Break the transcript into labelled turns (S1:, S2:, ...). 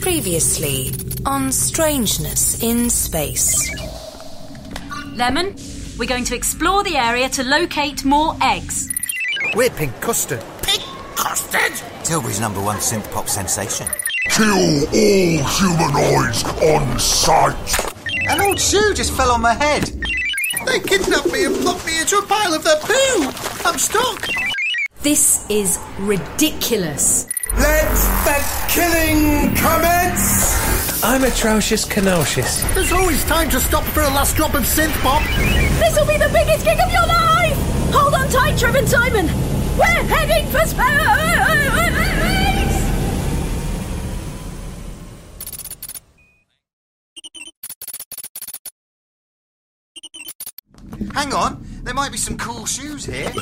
S1: Previously on Strangeness in Space.
S2: Lemon, we're going to explore the area to locate more eggs.
S3: We're pink custard.
S4: Pink custard?
S5: Tilbury's number one synth pop sensation.
S6: Kill all humanoids on sight.
S5: An old shoe just fell on my head.
S3: They kidnapped me and plucked me into a pile of their poo. I'm stuck.
S2: This is ridiculous.
S7: Let the killing commence!
S8: I'm atrocious canocious.
S3: There's always time to stop for a last drop of synth pop.
S9: This'll be the biggest gig of your life! Hold on tight, Trev and Simon! We're heading for space!
S5: Hang on, there might be some cool shoes here.